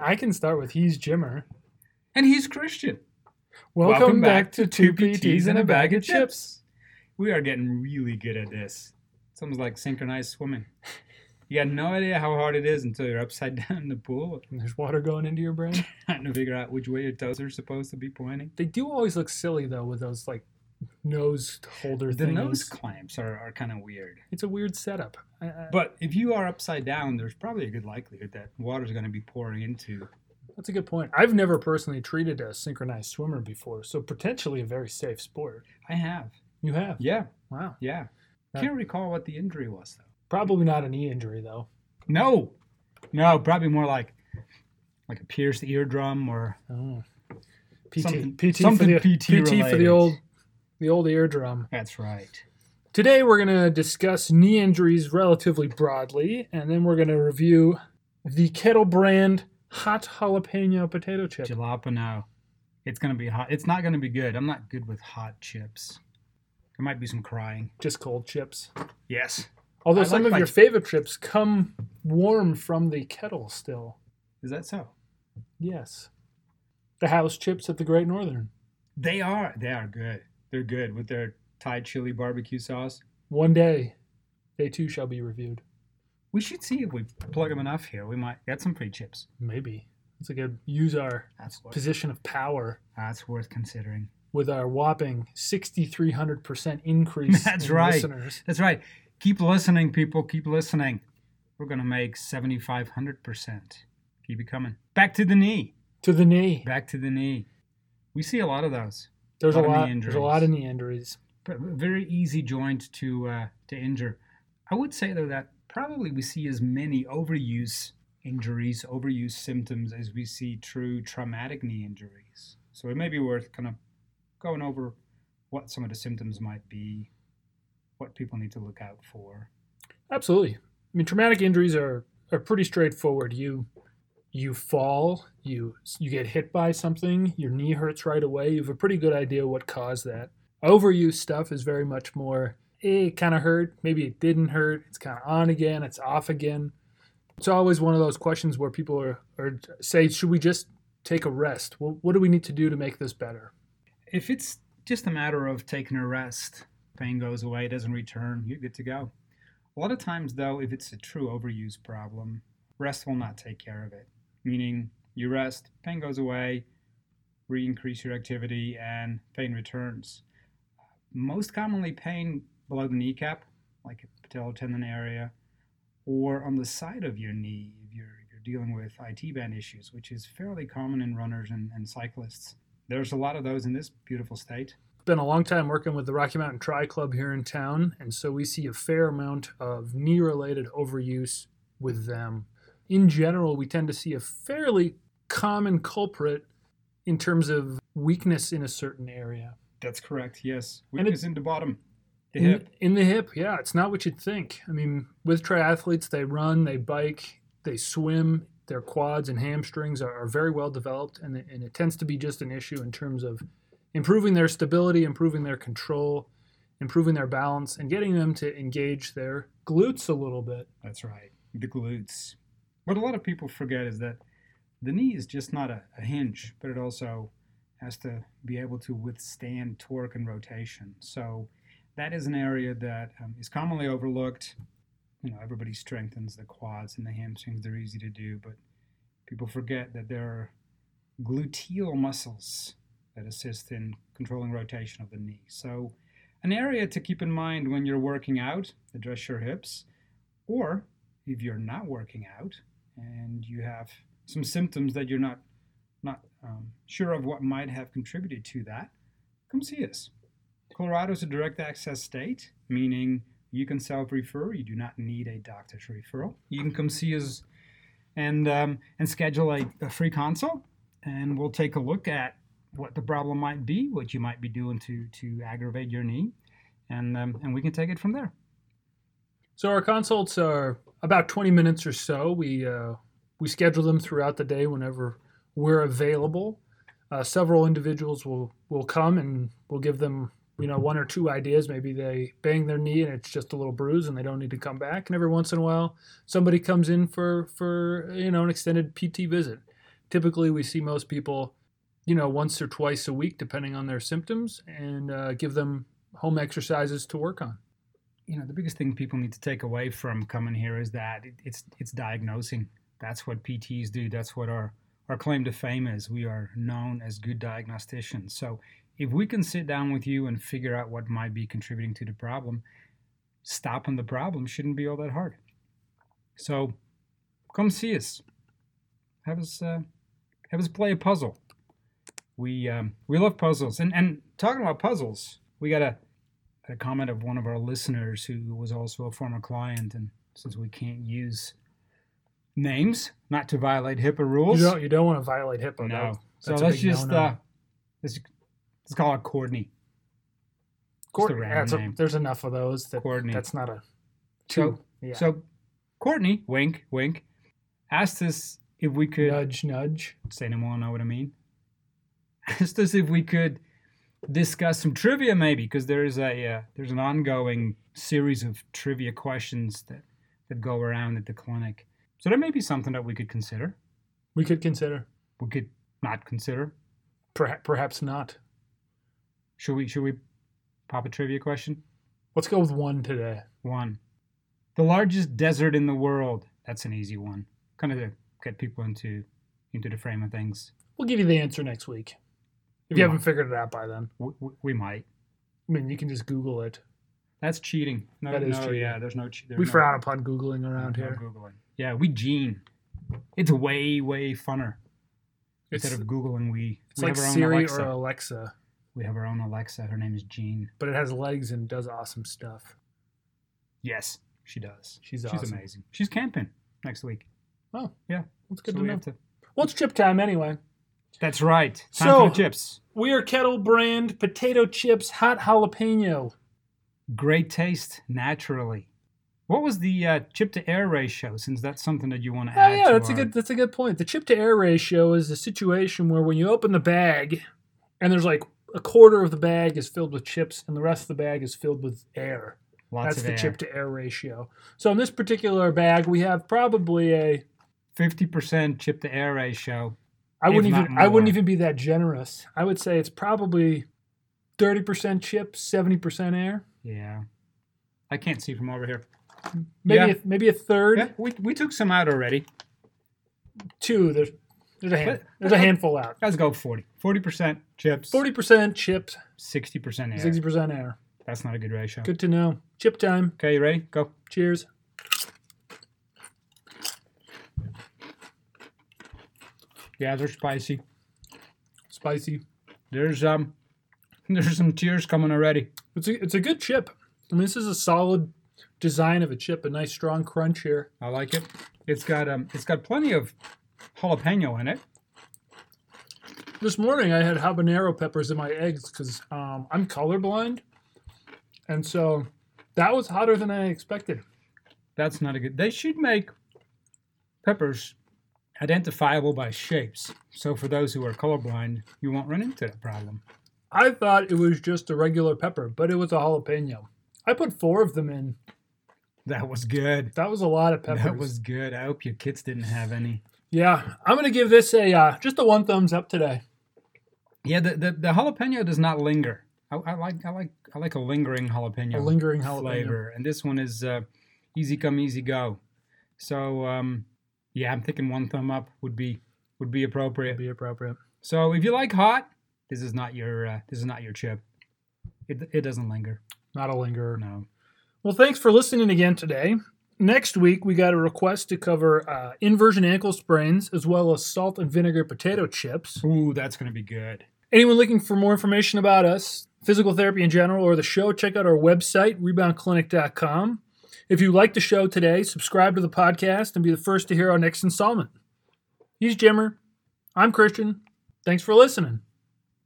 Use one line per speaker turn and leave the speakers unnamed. I can start with He's Jimmer.
And he's Christian.
Welcome, back, to Two PTs and a Bag of Chips.
We are getting really good at this. It's almost like synchronized swimming. You got no idea how hard it is until you're upside down in the pool,
And there's water going into your brain.
trying to figure out which way your toes are supposed to be pointing.
They do always look silly though with those like nose holder
The
things.
nose clamps are, are kind of weird.
It's a weird setup. I, I,
But if you are upside down, there's probably a good likelihood that water's going to be pouring into.
that's a good point. I've never personally treated a synchronized swimmer before, so potentially a very safe sport.
I have.
You have.
Yeah,
Wow.
yeah.
Yeah.
Can't recall what the injury was, though.
Probably not a knee injury though.
No, no, probably more like like a pierced eardrum or
Oh. PT
Something-
PT
something
for the PT, for
PT
the
related.
old the old eardrum.
That's right.
Today we're going to discuss knee injuries relatively broadly and then we're going to review the Kettle brand hot jalapeno potato chip.
Jalapeno. It's gonna be hot. It's not gonna be good. I'm not good with hot chips. There might be some crying.
Just cold chips.
Yes.
Although
I
some
like
of
my-
your favorite chips come warm from the kettle still.
Is that so?
Yes. The house chips at the Great Northern.
They are. They are good. They're good with their Thai chili barbecue sauce.
One day they too shall be reviewed.
We should see if we plug them enough here. We might get some free chips.
Maybe. It's a good use our
That's worth.
position of power
That's worth considering.
with our whopping 6300% increase
That's
in
right.
listeners.
That's right. Keep listening, people. Keep listening. We're gonna make seventy five hundred percent. Keep it coming. Back to the knee.
To the knee.
Back to the knee. We see a lot of those.
There's a
lot of knee
lot. There's a
injuries.
lot of knee injuries.
but very easy joint to uh, to injure. I would say though that probably we see as many overuse injuries, overuse symptoms as we see true traumatic knee injuries. So it may be worth kind of going over what some of the symptoms might be, what people need to look out for.
Absolutely. I mean, traumatic injuries are are pretty straightforward. You you fall, you you get hit by something, your knee hurts right away. You have a pretty good idea what caused that. Overuse stuff is very much more. "Eh, It kind of hurt. Maybe it didn't hurt. It's kind of on again. It's off again. It's always one of those questions where people are, are say, should we just take a rest? Well, what do we need to do to make this better?
If it's just a matter of taking a rest, pain goes away, doesn't return, you're good to go. A lot of times, though, if it's a true overuse problem, rest will not take care of it. Meaning, you rest, pain goes away, re increase your activity, and pain returns. Most commonly, pain below the kneecap, like patellar tendon area, or on the side of your knee if you're, if you're dealing with IT band issues, which is fairly common in runners and, and cyclists. There's a lot of those in this beautiful state.
been a long time working with the Rocky Mountain Tri Club here in town, and so we see a fair amount of knee related overuse with them. In general, we tend to see a fairly common culprit in terms of weakness in a certain area.
That's correct. Yes, Mm-hmm.
And it-
weakness in the bottom, the
In-
hip.
In, the hip, yeah, it's not what you'd think. I mean, with triathletes, they run, they bike, they swim. Their quads and hamstrings are, are very well developed, and, it- and it tends to be just an issue in terms of improving their stability, improving their control, improving their balance, and getting them to engage their glutes a little bit.
That's right. The glutes. What a lot of people forget is that the knee is just not a, a hinge, but it also has to be able to withstand torque and rotation. So that is an area that um, is commonly overlooked. You know, everybody strengthens the quads and the hamstrings. They're easy to do, but people forget that there are gluteal muscles that assist in controlling rotation of the knee. So an area to keep in mind when you're working out, address your hips. Or if you're not working out and you have some symptoms that you're not not um, sure of what might have contributed to that, come see us. Colorado is a direct access state, meaning you can self-refer. You do not need a doctor's referral. You can come see us and um, and schedule a, a free consult, and we'll take a look at what the problem might be, what you might be doing to to aggravate your knee, and um, and we can take it from there.
So our consults are about 20 minutes or so. We uh, we schedule them throughout the day whenever we're available. Uh, several individuals will will come and we'll give them you know one or two ideas. Maybe they bang their knee and it's just a little bruise and they don't need to come back. And every once in a while, somebody comes in for for you know an extended PT visit. Typically, we see most people, you know, once or twice a week, depending on their symptoms, and uh, give them home exercises to work on.
You know, the biggest thing people need to take away from coming here is that it, it's it's diagnosing. That's what PTs do. That's what our our claim to fame is. We are known as good diagnosticians. So if we can sit down with you and figure out what might be contributing to the problem, stopping the problem shouldn't be all that hard. So come see us. Have us uh, have us play a puzzle. We um, we love puzzles. And and talking about puzzles, we got a, a comment of one of our listeners who was also a former client. And since we can't use names, not to violate HIPAA
You
rules,
don't, you don't want to violate HIPAA.
Oh, no.
though.
So
That's a
let's
big
just
no-no.
uh, let's let's call it Courtney.
Court-
a random
that's a-
name.
there's enough of those that
Courtney.
that's not a
So
yeah.
so Courtney, wink wink, asked us if we could
nudge nudge.
say no more, know what I mean? Just as if we could discuss some trivia, maybe, because there is a uh, there's an ongoing series of trivia questions that that go around at the clinic. So there may be something that we could consider.
We could consider
We could not consider.
perha- perhaps not.
Should we? Should we pop a trivia question?
Let's go with one today.
One, the largest desert in the world. That's an easy one. Kind of to get people into into the frame of things.
We'll give you the answer next week. If
We
you haven't figured it out by then,
We, we, we might.
I mean, you can just Google it.
That's cheating. No,
That is
no,
cheating.
Yeah, there's no. che- there's
We
no-
frown upon Googling around
No
here.
Googling. Yeah, we gene. It's way, way funner.
It's,
Instead
it's
of Googling, we, we
like
have our own
Siri
Alexa.
or Alexa,
We have our own Alexa. Her name is Jean.
but it has legs and does awesome stuff.
Yes, she does.
She's
She's
awesome.
amazing. She's camping next week.
Oh,
Yeah.
That's good
So
to
we
know.
have to-
Well, it's chip time anyway.
That's right. Time
So-
for the chips.
We are Kettle Brand potato chips, hot jalapeno.
Great taste, naturally. What was the uh, chip to air ratio? Since that's something that you want to
Oh
add.
yeah,
to
that's a
our-
good that's a good point. The chip to air ratio is a situation where when you open the bag and there's like a quarter of the bag is filled with chips and the rest of the bag is filled with air.
Lots
that's
of
the
air.
chip to air ratio. So in this particular bag we have probably a
Fifty percent chip to air ratio.
I
If
wouldn't
not
even I wouldn't
more.
even be that generous. I would say it's probably 30% chips, 70% air.
Yeah. I can't see from over here.
Maybe
Yeah.
a, maybe a third,
Yeah, we, we took some out already.
two. There's there's a hand,
But-
there's a handful out.
Let's go 40. 40% chips,
40% chips,
60% air.
60% air.
That's not a good ratio.
Good to know. Chip time.
Okay, you ready? Go.
Cheers.
Yeah, they're spicy.
Spicy.
There's um there's some tears coming already.
It's a, it's a good chip. I mean, this is a solid design of a chip, a nice strong crunch here.
I like it. It's got um it's got plenty of jalapeno in it.
This morning I had habanero peppers in my eggs because um, I'm colorblind. And so that was hotter than I expected.
That's not a good. They should make peppers identifiable by shapes. So for those who are colorblind, you won't run into that problem.
I thought it was just a regular pepper, but it was a jalapeno. I put four of them in.
That was good.
That was a lot of peppers.
That was good. I hope your kids didn't have any.
yeah, I'm gonna give this a uh, just a one thumbs up today.
Yeah, the, the, the jalapeno does not linger. I, I like I like I like a lingering jalapeno.
A lingering jalapeno.
flavor, and this one is uh, easy come, easy go. So um, yeah, I'm thinking one thumb up would be would be appropriate.
Be appropriate.
So if you like hot, this is not your uh, this is not your chip. It it doesn't linger.
Not a lingerer.
No,
Well, thanks for listening again today. Next week, we got a request to cover uh, inversion ankle sprains as well as salt and vinegar potato chips.
ooh, that's gonna be good.
Anyone looking for more information about us, physical therapy in general, or the show, check out our website, reboundclinic.com. If you like the show today, subscribe to the podcast and be the first to hear our next installment. He's Jimmer. I'm Christian. Thanks for listening.